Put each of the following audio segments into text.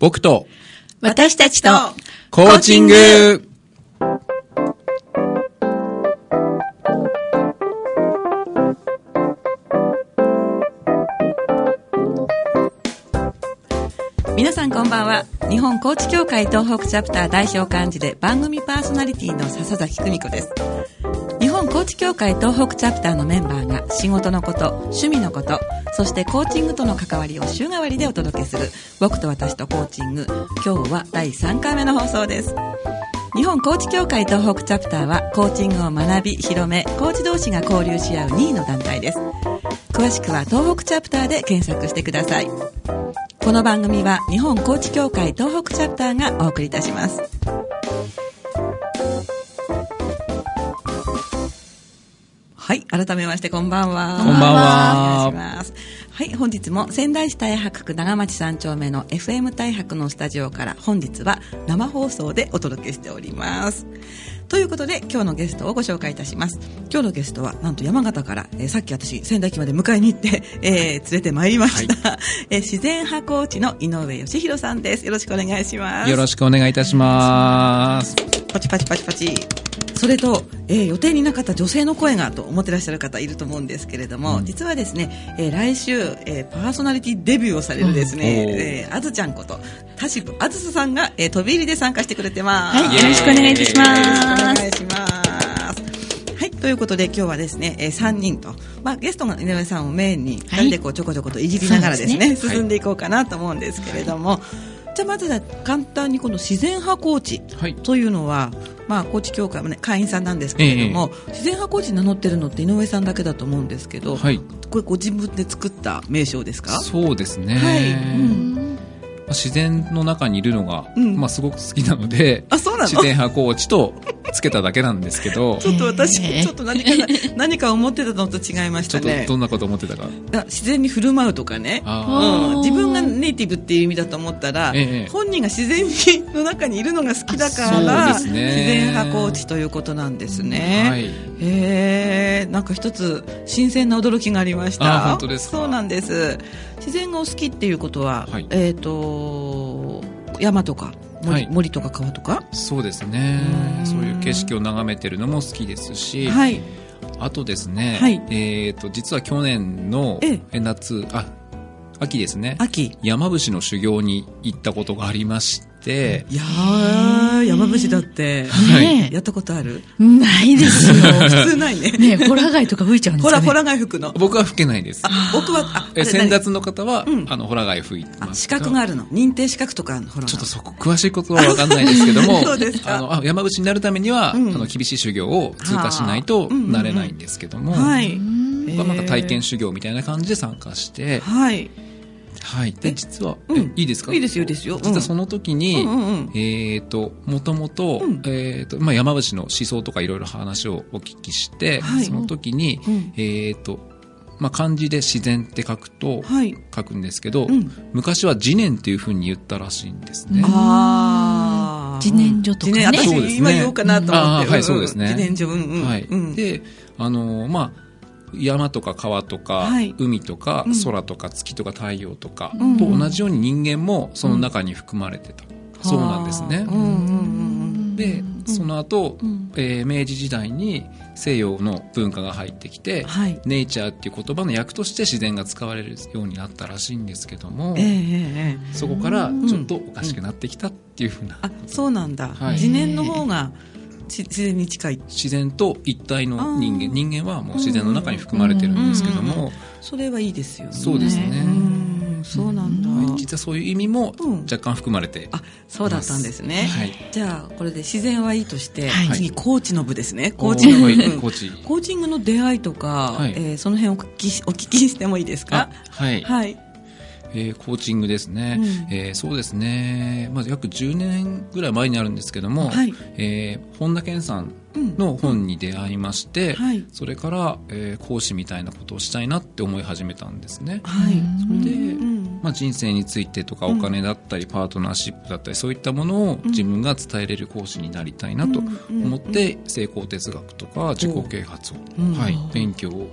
僕と私たちとコーチング皆さんこんばんは日本コーチ協会東北チャプター代表幹事で番組パーソナリティの笹崎久美子です日本コーチ協会東北チャプターのメンバーが仕事のこと趣味のことそしてコーチングとの関わりを週替わりでお届けする「僕と私とコーチング」今日は第3回目の放送です日本コーチ協会東北チャプターはコーチングを学び広めコーチ同士が交流し合う2位の団体です詳しくは東北チャプターで検索してくださいこの番組は日本コーチ協会東北チャプターがお送りいたしますはい改めましてこんばんはこんばんはお願いしますはい本日も仙台市太白区長町三丁目の FM 太白のスタジオから本日は生放送でお届けしておりますということで今日のゲストをご紹介いたします今日のゲストはなんと山形から、えーさっき私仙台駅まで迎えに行って、えー連れてまいりました、 えー自然派コーチの井上義弘さんですよろしくお願いしますよろしくお願いいたします。パチパチパチパチそれと、えー予定になかった女性の声がと思ってらっしゃる方いると思うんですけれども、実はですね、えー来週、えーパーソナリティデビューをされるですうんおーね、えーあずちゃんこと田渋あずささんが、えー飛び入りで参加してくれてます、はいよろしくお願いいたしますよろしくお願いしますはいということで今日はですね、え3人と、まあ、ゲストの井上さんをメインに2い人でこうちょこちょこといじりながらですねそすうね進んでいこうかなと思うんですけれども、じゃあまずは簡単にこの自然派コーチはいというのは、まあ、コーチ協会も、ね、会員さんなんですけれども、自然派コーチ名乗ってるのって井上さんだけだと思うんですけど、はい。これご自分で作った名称ですかそうですね。はいうんまあ自然の中にいるのが、うんまあすごく好きなので、あそうなの自然派コーチとつけただけなんですけど、ちょっと私、へーちょっと何かな、何か思ってたのと違いましちょたっとね。どんなこと思ってたか。あ自然に振る舞うとかね。ああうーん、自分がネイティブっていう意味だと思ったら、ええ本人が自然にの中にいるのが好きだから、あそうです自ね然派コーチということなんですね。あ。はい。へえ、なんか一つ新鮮な驚きがありました。あ本当ですかそうなんです。自然がお好きっていうことは、はいえっ、と、山とか森,、はい森とか川とか。そうですねう。んそういう景色を眺めてるのも好きですし、はい。あとですね、はいえっ、と、実は去年のえええ夏、あ、秋ですね。秋。山伏の修行に行ったことがありまして、いやー、山伏だって、ねえやったことあるないで すよ。普通ないね。ねえホラ貝とか吹いちゃうんですほからね。ほら貝服の。僕は吹けないです。あ、僕は、あ、あえれ先達の方は、うんあのホラ貝吹いて何あます資格があるるの。認定資格とかあるの、ほら。ちょっとそこ詳しいことは分かんないですけども そうですかあのあ山伏になるためには、うんあの厳しい修行を通過しないはとあうんうんうんなれないんですけども、はい。僕はなんか体験し修行みたいな感じで参加して、はい。はい、でえ実は、うんえいいですかいいですよいいですようん実はその時に、うんうんうんえっ、と、もともと、うんえっ、と、まあ、山伏の思想とかいろいろ話をお聞きして、はいその時に、うんえっ、と、まあ、漢字で自然って書くと、はい。書くんですけど、うん昔は自念っていうふうに言ったらしいんですね。あー自然薯とかね自然そうです私ね今言おうかなと思あーって。はいんんそうですね自然薯、うんうん。はい、うんで、あのーまあ、山とか川とか、はい海とか、うん空とか月とか太陽とか、うんと同じように人間もその中に含まれてた。そうなんですねは。あうんうんうんで、その後、んえー明治時代に西洋の文化が入ってきて、うん。はい。ネイチャーっていう言葉の訳として自然が使われるようになったらしいんですけども、ええええええそこからちょっとおかしくなってきたっていうふうな、あ、そうなんだ。はい自然の方が自自然に近い。自然と一体の人あー間人間はもう自然の中に含まれてるんですけども、それはいいですよね。そうですねうんそうなんだ。はい実はそういう意味もうん若干含まれて、あ、そうだったんですね。はいじゃあ、これで自然はいいとして、はい次、コーチの部ですね。ココーーチチの部。のうんコー チコーチングの出会いとか、はいえーその辺お聞きしお聞きしてもいいですかあはい、はい。えーコーチングですね、うんえーそうですね、まあ、約10年ぐらい前になるんですけども、はいえー本田健さんうんの本に出会いまして、はいそれから、えー講師みたいなことをしたいなって思い始めたんですね。はい。それで、うんまあ、人生についてとかうおん金だったりパートナーシップだったりそういったものを自分が伝えれる講師になりたいなとうんうんうん思って成功哲学とか自己啓発を、うんはい、勉強を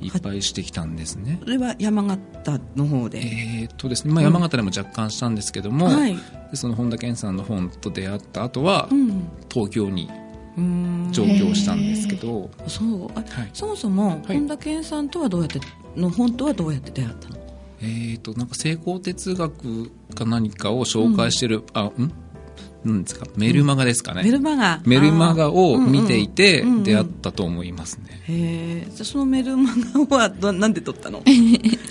いっぱいしてきたんですねそ。れは山形の方で、えーっとですね、まあ、山形でも若干したんですけども、はいでその本田健さんの本と出会った後は、うん東京にうーん上京したんですけど、そうあ、はいそもそもはい本田健さんとはどうやっての本とはどうやって出会ったのえー、となんか成功哲学か何かを紹介してる、あんなんですかメルマガですかね、メルマガメルマガを見ていてうんうん出会ったと思いますね、へえじゃあそのメルマガはど なんで撮ったの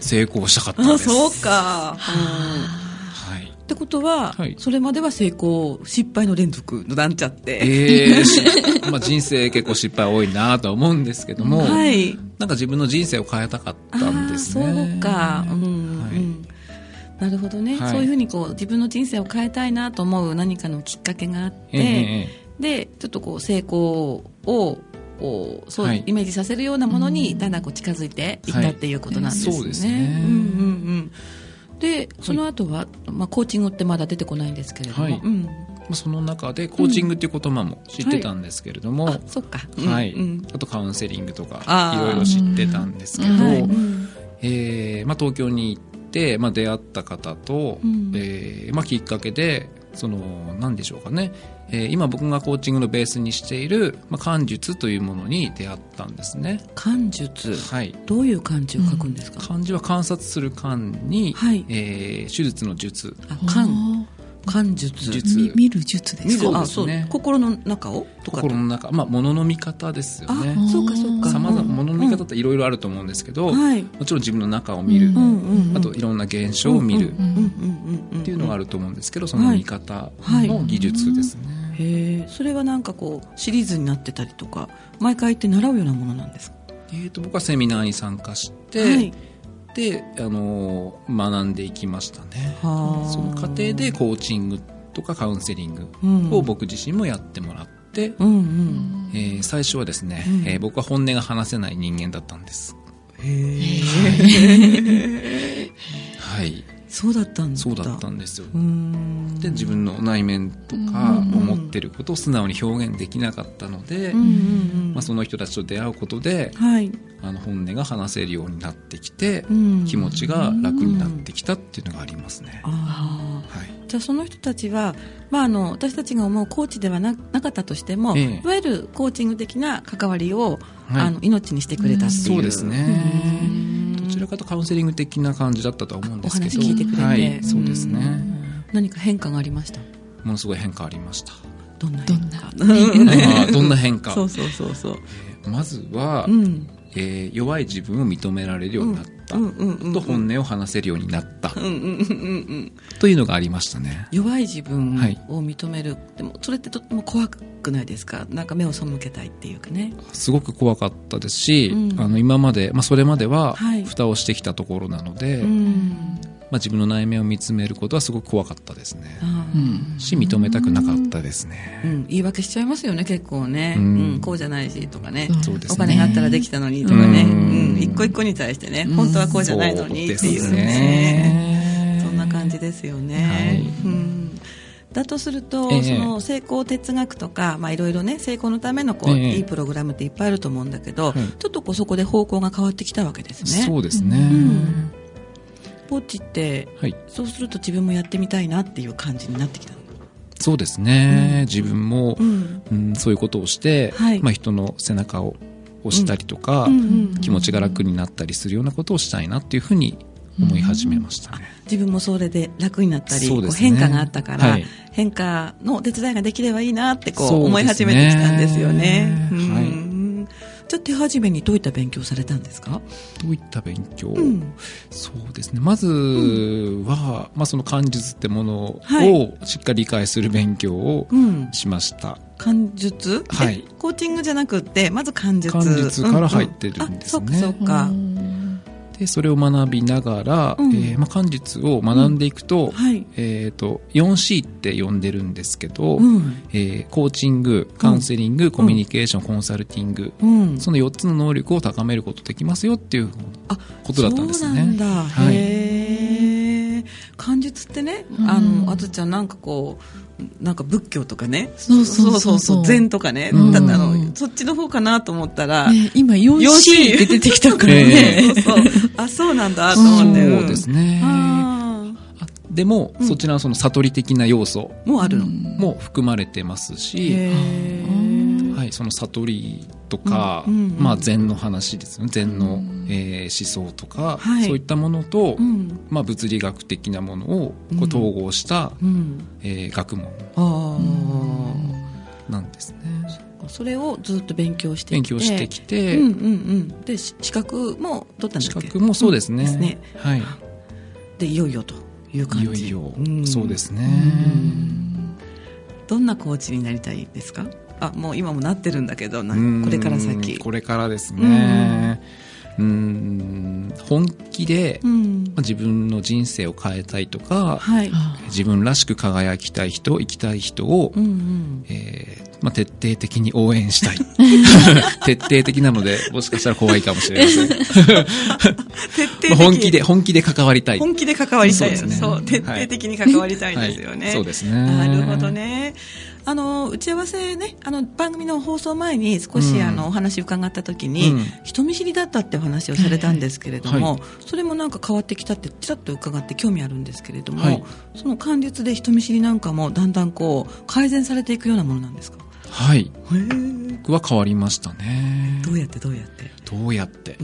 成功したかったあですそうか、はいってことは、はいそれまでは成功失敗の連続のなんちゃって、えーしまあ、人生結構失敗多いなとは思うんですけども、はいなんか自分の人生を変えたかったんですねあーそうか、うんはういんなるほどね、はいそういうふうにこう自分の人生を変えたいなと思う何かのきっかけがあって、えええでちょっとこう成功をこうそう、はいイメージさせるようなものにだんだんこう近づいていったっていうことなんですね。はいそうですねうんうんうん、でその後は、まあ、コーチングってまだ出てこないんですけれども、はいうん、えまあ、その中でコーチングっていう言葉も知ってたんですけれども、あそっか、うんはいうんあとカウンセリングとかあーいろいろ知ってたんですけど、うんはいえーまあ、東京に行って、まあ、出会った方と、うんえーまあ、きっかけでその何でしょうかね、えー今僕がコーチングのベースにしている、まあ、漢術というものに出会ったんですね、漢術はい、どういう漢字を書くんですか、漢字は観察する漢に、はいえー手術の術あ漢漢術み見る術で見するそかうあですそうね心の中をとか心の中、まあ、物の見方ですよあ、ねそうかそうかさまざうんま物の見方っていろいろあると思うんですけど、うんはいもちろん自分の中を見る、うんうんうんうんあといろんな現象を見る、ううんんうんうんっていうのがあると思うんですけど、そはのい見方の技術ですね。へえそれはなんかこうシリーズになってたりとか毎回行って習うようなものなんですかえー、と僕はセミナーに参加して、はいで、あのー学んでいきましたね。はあその過程でコーチングとかカウンセリングうんを僕自身もやってもらって、うんうんえー最初はですね、うんえー僕は本音が話せない人間だったんです。 はい、そうだったんだそうだったんですよ。うーんで自分の内面とか思ってることを素直に表現できなかったので、うんうんうんまあ、その人たちと出会うことではいあの本音が話せるようになってきて、うん気持ちが楽になってきたっていうのがありますね。ああはい、じゃあその人たちは、まあ、あの私たちが思うコーチではななかったとしても、ええいわゆるコーチング的な関わりを、はいあの命にしてくれたっていうそうですねうんどちらかとカウンセリング的な感じだったとは思うんおですけど話聞いてくれて、はい、そうですうねん何か変化がありましたものすごい変化ありましたどんなど変ん化 なあーどんな変化そうそうそうそう、まずは、うん、えー弱い自分を認められるようになった、うんうんうんうんと本音を話せるようになった、うんうんうんうんというのがありましたね弱い自分はいを認める、でもそれってとっても怖くないですかなんか目を背けたいっていうかねすごく怖かったですし、うんあの今まで、まあ、それまでははい蓋をしてきたところなので、うんまあ、自分の内面を見つめることはすごく怖かったですね、あうーん、し認めたくなかったですね、うん、言い訳しちゃいますよね結構ね、ううんんこうじゃないしとかねそうですおね金があったらできたのにとかね、ううんん一個一個に対してね本当はこうじゃないのにっていうそですねねそんな感じですよね。はいうんだとすると、ええその成功哲学とか、まあ、いろいろね成功のためのこう、ええいいプログラムっていっぱいあると思うんだけはど、いちょっとこうそこで方向が変わってきたわけですね。そうですね、んポッチってはい、そうすると自分もやってみたいなっていう感じになってきたの、そうですね、自分も、んうんそういうことをして、はいまあ、人の背中を押したりとか、うんうん気持ちが楽になったりするようなことをしたいなっていうふうに思い始めましたね、自分もそれで楽になったり、そこううですね変化があったから、はい変化のお手伝いができればいいなってこうそうですね思い始めてきたんですよね。うんはいじゃあ手始めにどういった勉強されたんですか、どういった勉強、んそうですねまずは、まあ、その漢術ってものはいをしっかり理解する勉強をうん、しました、漢術、はいえコーチングじゃなくってまず漢術漢術から入ってるんですねううあそうかそうでそれを学びながら、うんえーまあ、漢術を学んでいくと,、かはい、えー、と 4C って呼んでるんですけど、うんえーコーチングカウンセリング、コミュニケーションコンサルティング、うん、その4つの能力を高めることできますよっていうあことだったんですねそうなんだ、はいへえ漢術っってね、うんあの、あとちゃんなんかこう、なんか仏教とかね、そうそうそうそう禅とかね、うんだあの、そっちの方かなと思ったら、ね、今 4C C って出てきたからね。そうそう、あ、そうなんだと思って。そうですね。ああでも、うんそちらのその悟り的な要素ーもうあるの。も含まれてますし、へーはい、その悟りとか、うんうんまあ、禅の話ですよね禅の、えー思想とか、はいそういったものと、うん。まあ、物理学的なものをこううん統合した、うん。えー学問あなんですね。あ。それをずっと勉強してきて。勉強してきて、うんうんうん。で、し資格も取ったんだ資っけ格もそうですね。ですねはい。で、いよいよという感いじ。よいよ、んそうですね。どんなコーチになりたいですかあ、もう今もなってるんだけど、なうんこれから先。これからですね。うん、本気で、うまんあ。自分の人生を変えたいとか、はい。あ自分らしく輝きたい人、生きたい人を、うんうん。えーまあ、徹底的に応援したい。 徹底的なので、もしかしたら怖いかもしれません。徹底的まあ本気で、。本気で関わりたい。本気で関わりたい。そうですねそう、徹底的に関わりたいんですよはね。いそうですね。なるほど。ね。あの、打ち合わせね、あの、番組の放送前に少し、うんあの、お話伺った時に、うん人見知りだったってお話をされたんですけれども、はいそれもなんか変わってきたって、ちらっと伺って興味あるんですけれども、はいその関術で人見知りなんかも、だんだんこう、改善されていくようなものなんですかはい。へえ。僕は変わりましたね。どうやってどうやって。どうやってう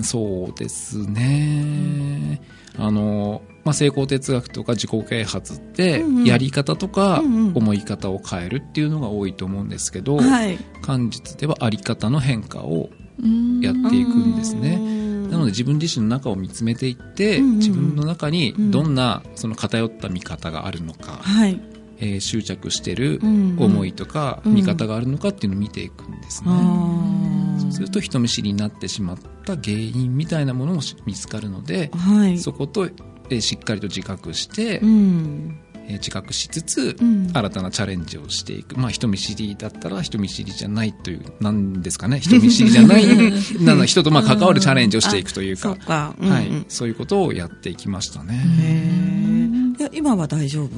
うーん、そうですね。あの、まあ、成功哲学とか自己啓発ってうんう、んやり方とかうんうん思い方を変えるっていうのが多いと思うんですけど、はい。漢術ではあり方の変化をーやっうんていくんですね。ななので自分自身の中を見つめていって、うんうんうん自分の中にうんどんなその偏った見方があるのか、はい。えー執着してるうんうん思いとかうん見方があるのかっていうのを見ていくんですね。あそうすると人見知りになってしまった原因みたいなものもし見つかるのであ。、はい。そこと、えーしっかりと自覚して、うん。えー自覚しつつ、うん新たなチャレンジをしていく。まあ人見知りだったら人見知りじゃないという、なんですかね、人見知りじゃ ない、なの人とまあ関わるチャレンジをしていくというそかう、か。うんうんはい、そういうことをやっていきましたね。へえ。いや今は大丈夫。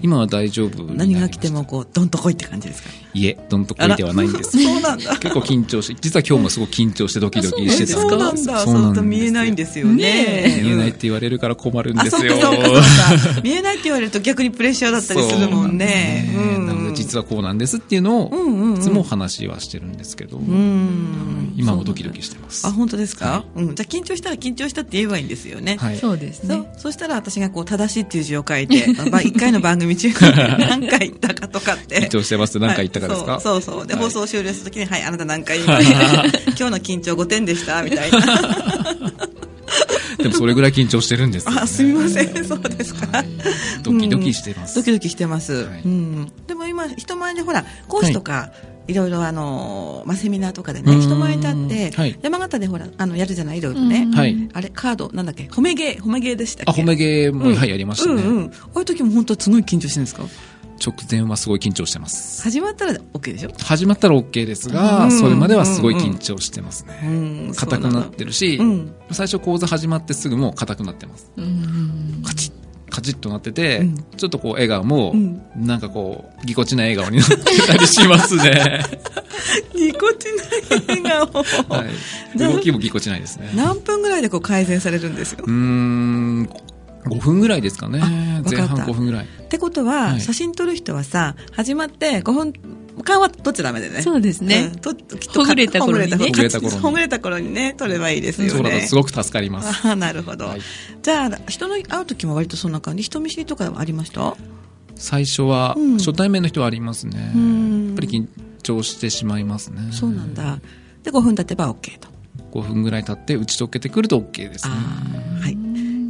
今は大丈夫になり何まがし来たてもこう、どんとこいって感じですか。いえ、どんとこいではないんです。 そうなんだ。 結構緊張して、実は今日もすごく緊張してドキドキしてたそうなんだ。そうと見えないんすよですよね。見えないっうんて言われるから困るんあ、ですそうかよ。そうか そうか。見えないって言われると逆にプレッシャーだったりするもんね。そうなんですねなので実はこうなんですっていうのを、うんうんうんいつも話はしてるんですけど、うん。今もドキドしキしてま。ますあ、本当ですかはうん。じゃあ緊張したら緊張したって言えばいいんですよね。はい。そうですそねう。そしたら私がこう正しいっていう字を書いて、ば一回の番 組中に何回言ったかとかって。緊張してますって何か言ったかですか、はいそうそうそう。で、はい放送終了した時に、はい、あなた何回 言いました今日の緊張5点でしたみたいな。でもそれぐらい緊張してるんですよ、ね。あ、すみません。そうですか。ドキドキしてます。ドキドキしてます。はいうん。でも今、人前でほら、講師とか、いろいろあの、まあ、セミナーとかでね、うん人前に立って、はい山形でほら、あの、やるじゃないいろいろねうん。はい。あれ、カード、なんだっけ褒め芸、褒め芸でしたあ、っけ褒め芸も、うんはい、やりましたね、うんうん。ああいう時も本当すごい緊張してるんですか直前はすごい緊張してます。始まったら OK でしょ始まったら OK ですが、うんそれまではすごい緊張してますね。ん硬くなってるし、うん最初講座始まってすぐもう硬くなってます。うんカチッカチッとなってて、うんちょっとこう笑顔も、うんなんかこうぎこちない笑顔になってたりしますね、ぎこちない笑顔。 はい、じ ゃあ動きもぎこちないですね何分ぐらいでこう改善されるんですようー。ん5分ぐらいですかねあわかっ前た半5分ぐらいってことは、はい写真撮る人はさ、始まって5分間は撮っちゃダメでね。そうですねん。ときっとほぐれた頃にねほぐれたほぐれた頃にほぐれた頃にね、撮ればいいですよね。そうだとすごく助かりますああ、なるほど。はいじゃあ、人の会う時も割とそんな感じ。人見知りとかはありました最初は、うん初対面の人はありますねうんやっぱり緊張してしまいますねそうなんだ。で、5分経てば OK と。 5分ぐらい経って打ち解けてくると OK ですねああ、はい。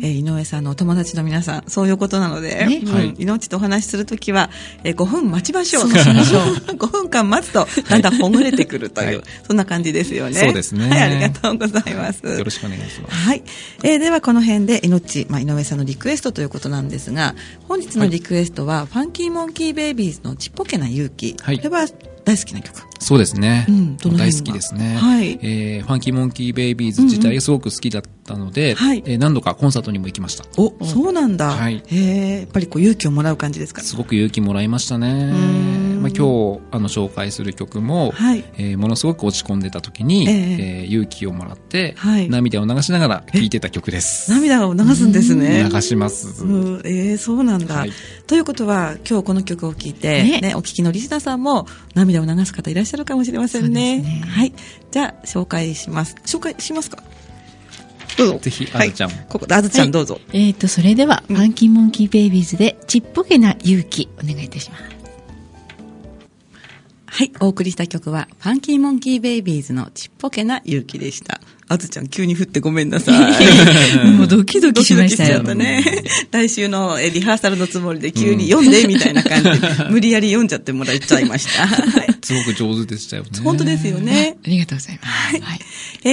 えー井上さんのお友達の皆さん、そういうことなので、ねうんはい命とお話しするときは、えー5分待ちましょう。5 分間待つと、だんだんほぐれてくるという、はいそんな感じですよね。そうですねはい、ありがとうございます。よろしくお願いしますはい。えーではこの辺で命、まあ、井上さんのリクエストということなんですが、本日のリクエストは、ファンキーモンキーベイビーズのちっぽけな勇気。はいこれは大好きな曲。そうですね。うんどの辺が大好きですね。はいえーファンキーモンキーベイビーズ自体がすごく好きだったので、はいえー何度かコンサートにも行きました。お、そうなんだ。はいへえ、やっぱりこう勇気をもらう感じですか。すごく勇気もらいましたねん。まあ、今日あの紹介する曲も、はいえーものすごく落ち込んでた時に、えええー勇気をもらって、はい涙を流しながら聴いてた曲です。涙を流すんですね。流します。うん、えー、そうなんだ、はいということは、今日この曲を聴いて、ねねお聴きのリスナーさんも涙を流す方いらっしゃるかもしれませんね。そうですねはい。じゃあ、紹介します。紹介しますかどうぞ。ぜひはあいずちゃんここで、あずちゃんどうぞ。えっ、と、それでは、ファンキーモンキーベイビーズで、ちっぽけな勇気、お願いいた します。はい。お送りした曲は、ファンキーモンキーベイビーズのちっぽけな勇気でした。あずちゃん、急に降ってごめんなさ い。もうドキドキしましたよドキドキしちゃったね。来週のえリハーサルのつもりで急に読んでみたいな感じで、無理やり読んじゃってもらっちゃいました。はいすごく上手でしたよね。本当ですよね。ありがとうございます。はい。え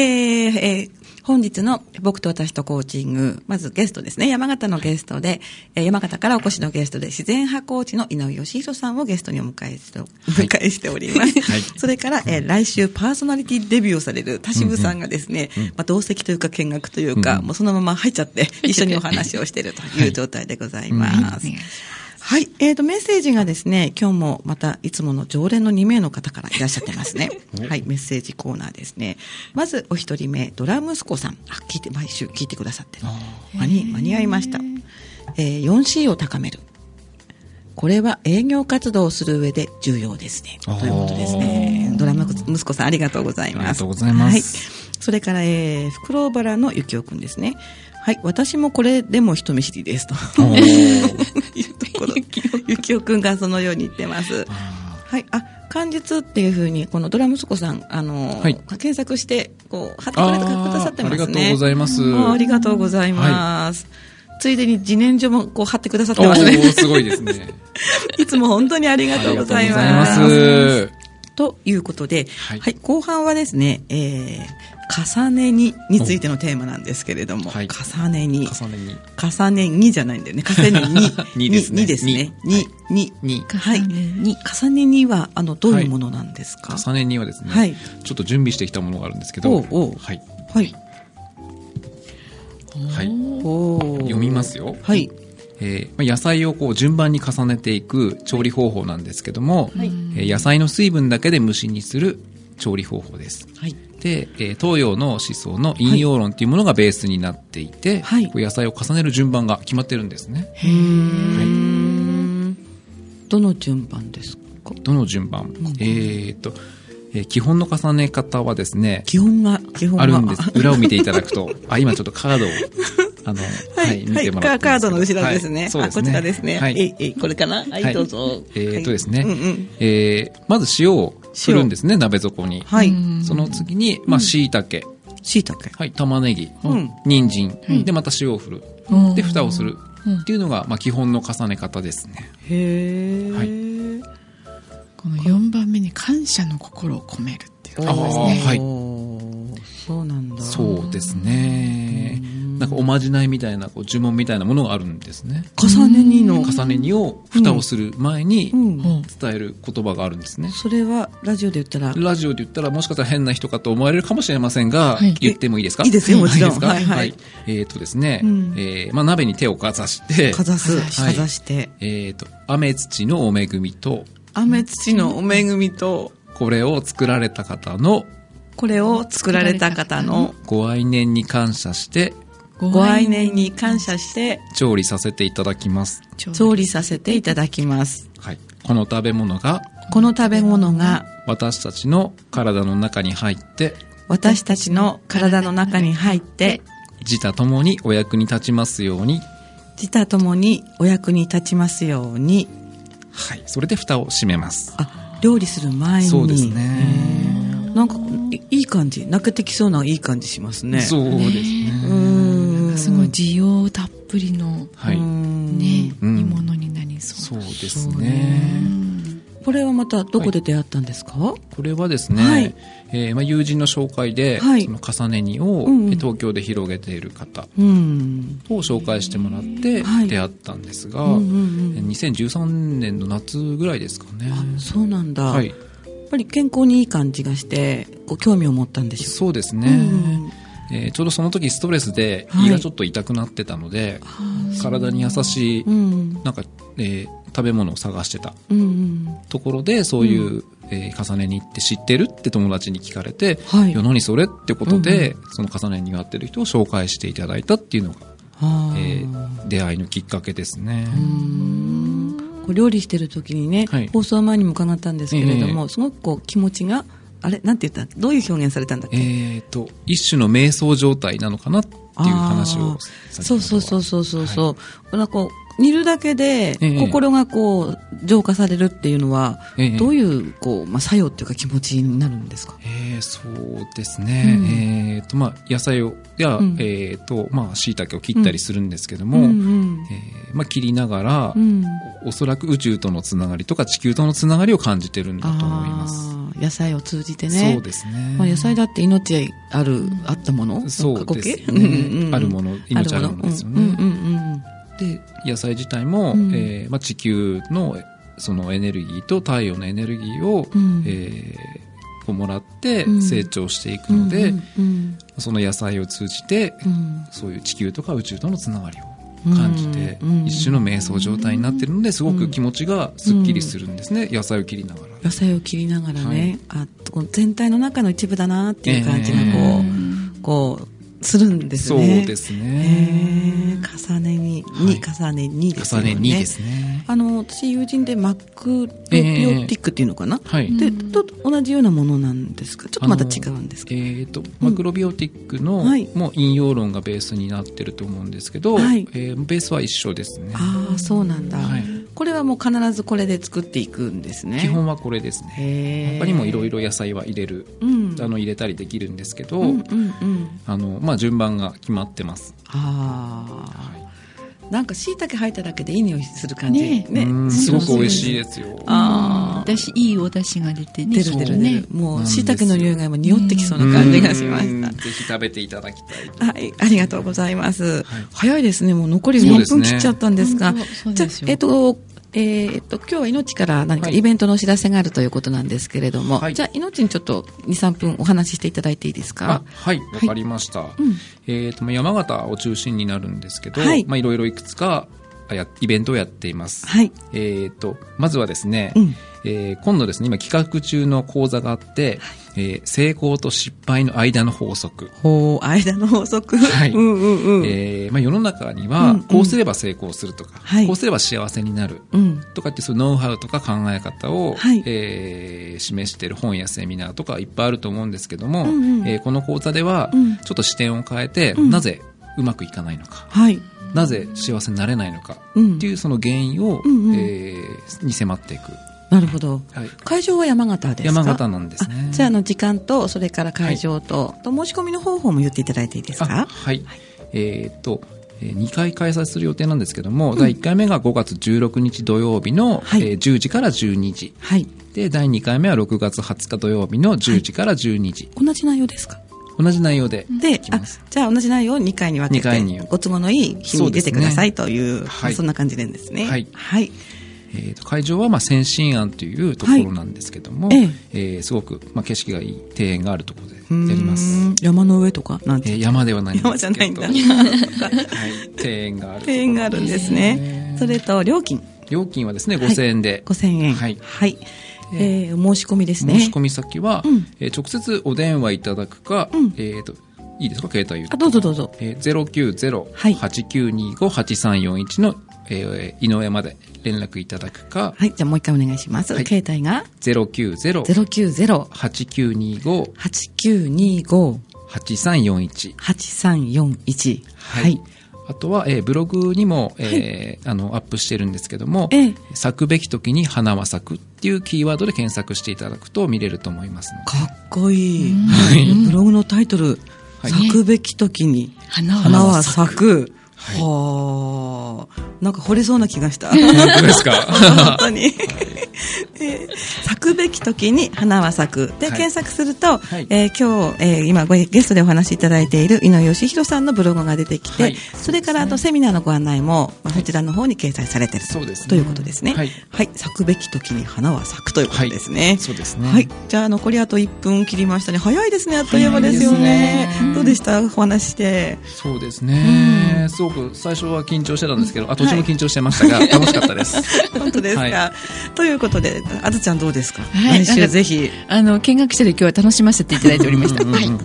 ーえー本日の僕と私とコーチング、まずゲストですね、山形のゲストで、えー山形からお越しのゲストで、自然派コーチの井上義弘さんをゲストにお迎えして、お迎えしております。はいそれから、えー来週パーソナリティデビューをされる田渋さんがですね、まあ、同席というか見学というか、うんもうそのまま入っちゃって、一緒にお話をしているという状態でございます。はいうんはい。えー、と、メッセージがですね、今日もまたいつもの常連の2名の方からいらっしゃってます ね。はい。メッセージコーナーですね。まず、お一人目、ドラ息子さん。あ、聞いて、毎週聞いてくださってる。間に、間に合いました。えー、4C を高める。これは営業活動をする上で重要ですね。あーということですね。ドラム息子さんありがとうございあます。りがとうございますはい。それから、えー、袋原のゆきおくんですね。はい。私もこれでも人見知りですと。おーいうところ。 ゆきおくんがそのように言ってます。あはい。あ、漢術っていうふうに、このドラムスコさん、あの、はい検索して、こう、貼ってーくれてくださってあますね。りがとうございます。あありがとうございます。ついでに自然書もこう貼ってくださっておますね。ーすごいですね。 いつも本当にありがあとうりごがとうござざいいま。ますす。ということで、は、はいい後半はですね、えー、重ねにについてのテーマなんですけれども、はい重ねに。重ねに。重ねにじゃないんだよね。重ねに。 にですねにですね。に、に、にはい。重ねに重ねには、あの、どういうものなんですか重ねにはですね、はいちょっと準備してきたものがあるんですけど、おうおうはい。はい。はいおー読みますよはい。えーまあ野菜をこう順番に重ねていく調理方法なんですけども、はいえー野菜の水分だけで蒸し煮する調理方法です。はい。で、えー東洋の思想の引用論というものがベースになっていて、はいこう野菜を重ねる順番が決まってるんですね。うーん。どの順番ですかどの順番、えーっと、えー基本の重ね方はですね、基本が、基本が。あるんです。裏を見ていただくと、あ、今ちょっとカードを、あの、 ははいい、、見はてい、もらカってるカんードのけ後どろですね。はいそうあ、ですこね。ちらですね。はえいい。、えい、これかなは、はいいどうぞ。えーっとですね、はいうんうん。えーまず塩を振るんですね、鍋底に。はい。その次に、まあ、椎茸、椎茸。はい、玉ねぎ、うん人参、で、また塩を振る。で、蓋をする。っていうのが、まあ、基本の重ね方ですね。へー。はいこの4番目に感謝の心を込めるっていうのがありますあーね。はいおーそうなんだ。そうですね。なんか、おまじないみたいな、こう、呪文みたいなものがあるんですね。重ねにの。重ね煮を、蓋をする前にう、ん。うん伝える言葉があるんですね。それはラジオで言ったら、ラジオで言ったらもしかしたら変な人かと思われるかもしれませんが、はい言ってもいいですかいいですよもちろんいいですかははいい、はいえーっ、とですね、うんえーまあ、鍋に手をかざして、かざす、はいかざして、えーっ、と、雨土のお恵みと、雨土のお恵みと、これを作られた方のこれを作られた方のご愛念に感謝して、ご愛念に感謝して、調理させていただきます。調理させていただきます。はい。この食べ物が、この食べ物が、私たちの体の中に入って、私たちの体の中に入って、自他ともにお役に立ちますように、自他ともにお役に立ちますように、はい。それで蓋を閉めます。あ、料理する前に。そうです。ね。なんか、いいい感じ。泣けてきそうないい感じしますね。。そううですね。うーん。すごい需要たっぷりの、はうーい。んね、うん煮物になりそそうう。ですそうね。ねこれはまたどこで出会ったんですか、これはですね、はいえーまあ、友人の紹介で、はいその重ね煮を、うんうんえー東京で広げている方うん。を紹介してもらってはい出会ったんですが、うんうんうんえー2013年の夏ぐらいですかね。あ、そうなんだ。はやいっ、ぱぱり健康にいい感じがしてご興味を持ったんでしょそうですうね、うんえーちょうどその時ストレスではい胃がちょっと痛くなってたので、体に優しい、うんなんか、えー食べ物を探してたうんうんところでそういう、えー重ね煮って知ってるって友達に聞かれて、はいや何それってことで、その重ね煮が合ってる人を紹介していただいたっていうのが、あえーー出会いのきっかけですね、こう料理してる時にね、はい放送前にも伺ったんですけれども、えすごくこう気持ちがあれなんて言ったどういう表現されたんだっけ、えっ、と一種の瞑想状態なのかなっていう話あをーされたそのはうそうそうそうそうそう、なんかこう煮るだけでええ心がこう浄化されるっていうのは、ええどういうこう、まあ、作用っていうか気持ちになるんですかえー、そうですね、うんえっとまあ、野菜をや、うんえっとまあ、椎茸を切ったりするんですけども、うんうんえーまあ、切りながら、うんおそらく宇宙とのつながりとか地球とのつながりを感じてるんだと思います。あー野菜を通じてねそうですね。まあ、野菜だって命ある、あったものそうですねあるもの命あるものですよねうんうんうんで野菜自体も、うんえーまあ、地球のそのエネルギーと太陽のエネルギーを、うんえーこうもらってうん成長していくうんので、うんその野菜を通じて、うんそういう地球とか宇宙とのつながりを感じて、うん一種の瞑想状態になってるのですごく気持ちがすっきりするんですね、野菜を切りながら。野菜を切りながらね、あこの全体の中の一部だなっていう感じがこう、えこうするんですそうねですすねね。重ねに、はいに重ねにです重よねね2ですね。あの私友人でマックロピオティックっていうのかな、はい。でと同じようなものなんですかちょっとまた違うんですかえー、とマクロビオティックの、はいもう引用論がベースになってると思うんですけど、はいえーベースは一緒ですね、ああそうなんだ、はいこれはもう必ずこれで作っていくんですね基本はこれですねへ他ーにもいろいろ野菜は入れる、うんあの入れたりできるんですけど、うんうんうんあのまあ、順番が決まってます、ああ、はなんか椎茸入っただけでいい匂いする感じねえいうんすごく美味しいですよああだし、いいお出汁が出て出ね。る出る出るもなんうですよ椎茸の匂いが今匂ってきそうな感じがしまうしんたぜひ食べていただきたいはい、ありがとうございます。早いですね、もう残りそうで6す分ね切っちゃったんですが。本当そうじゃですよあえっ、と、えーえっと、今日は命から何かはいイベントのお知らせがあるということなんですけれども、はいじゃあ命にちょっと2、3分お話ししていただいていいですあかはい、わかりました。えっ、と、まあ山形を中心になるんですけど、はいい、まあいろいろいくつかあやイベントをやっています。はいえっ、と、まずはですね、うんえー今度ですね、今企画中の講座があって、えー成功と失敗の間の法則。ほう、間の法則。はいうんうんうん。えーまあ、世の中にうんうんはこうすれば成功するとか、はいこうすれば幸せになるうん。とかってそういうノウハウとか考え方を、はいえー示している本やセミナーとかいっぱいあると思うんですけども、うんうんえーこの講座ではうんちょっと視点を変えて、んなぜうまくいかないのか、はい。なぜ幸せになれないのかうんっていうその原因を、うんうんえーに迫っていく、なるほど。はい会場は山形ですか山形なんですねあじゃあ、あの、時間と、それから会場と、と申し込みの方法も言っていただいていいですあかはい、えーっと2回開催する予定なんですけども、第1回目が5月16日土曜日の、はいえー10時から12時はい。で第2回目は6月20日土曜日の10時から12時、同じ内容ですか同じ内容でで、きあます、じゃあ同じ内容を2回に分け二回にて、ご都合のいい日に出てくださいといでう、すねはいそんな感じなんですね。はいはい。えーと会場はまあ先進庵というところなんですけども、はいえええーすごくまあ景色がいい庭園があるところでやります、うん。山の上とかなんえて。ー山ではないん山でじすゃなけいんどだ。はい、庭庭園があるところ園があるんですね。それと、料金料金はですねはい5000円で、 5000円。はいはい。えー申し込みですね。申し込み先は、うんえー直接お電話いただくか、うんえー、といいですか携帯言ってあ、どうぞどうぞ。えー、090-8925-8341の、えー井上まで連絡いただくか、はい。じゃあもう一回お願いします。はい携帯が090 090-8925-8341 8925-8341。は。はいい。あとは、えーブログにも、えーあの、アップしてるんですけども、ええ咲くべき時に花は咲くっていうキーワードで検索していただくと見れると思いますので。かっこいい。はいブログのタイトル、はい咲くべき時に花は花は咲く。はいはあ、なんか掘れそうな気 がした。本当ですか本当に。 えー咲くべき時に花は咲く。で、はい検索すると、はいえー今日、えー今ごゲストでお話しいただいている井上義弘さんのブログが出てきて、はいそれからあとセミナーのご案内も、まあそちらの方に掲載されていると,、そうですねということですね、ははいい。咲くべき時に花は咲くということですね。そうですね。はい。じゃあ、残りあと1分切りましたね。早いですね。あっという間ですよね。早いですねどうでしたお話しして。そうですね、すごく最初は緊張してたんですけど、あ、途中も緊張してましたが、楽しかったです。本当ですか、はということで、あずちゃんどうですか、は来い週ぜひ。あの、見学者で今日は楽しませていただいておりました。うんうんはい。うん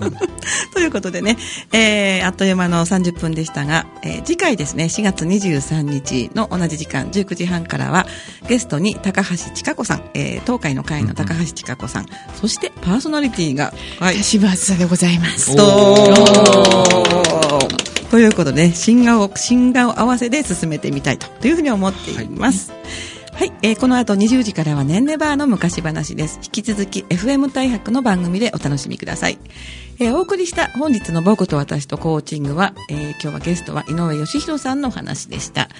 ということでね、えー、あっという間の30分でしたが、えー次回ですね、4月23日の同じ時間、19時半からは、ゲストに高橋千佳子さん、えー、東海の会の高橋千佳子さん、そしてパーソナリティが、はい、田渋梓でございます。とということで、新顔を、新顔合わせで進めてみたいとというふうに思っています。はい、えーこの後20時からはねんねバーの昔話です。引き続き FM 大白の番組でお楽しみください。えーお送りした本日の僕と私とコーチングは、えー今日はゲストは井上義弘さんのお話でした。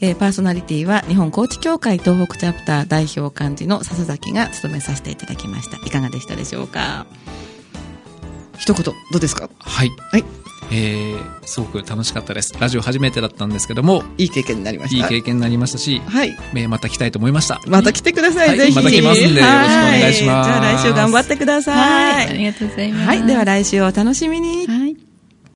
えーパーソナリティは日本コーチ協会東北チャプター代表幹事の笹崎が務めさせていただきました。いかがでしたでしょうか一言、どうですかはい。はい。えー、すごく楽しかったです。ラジオ初めてだったんですけども、いい経験になりまいしいた。経験になりましたし、はい。えーまた来たいと思いました。また来てください、はいぜひ。また来ますんでよろしくお願いしますはじゃあ来週頑張ってください。はい。ありがとうございます。はい、では来週をお楽しみに。はい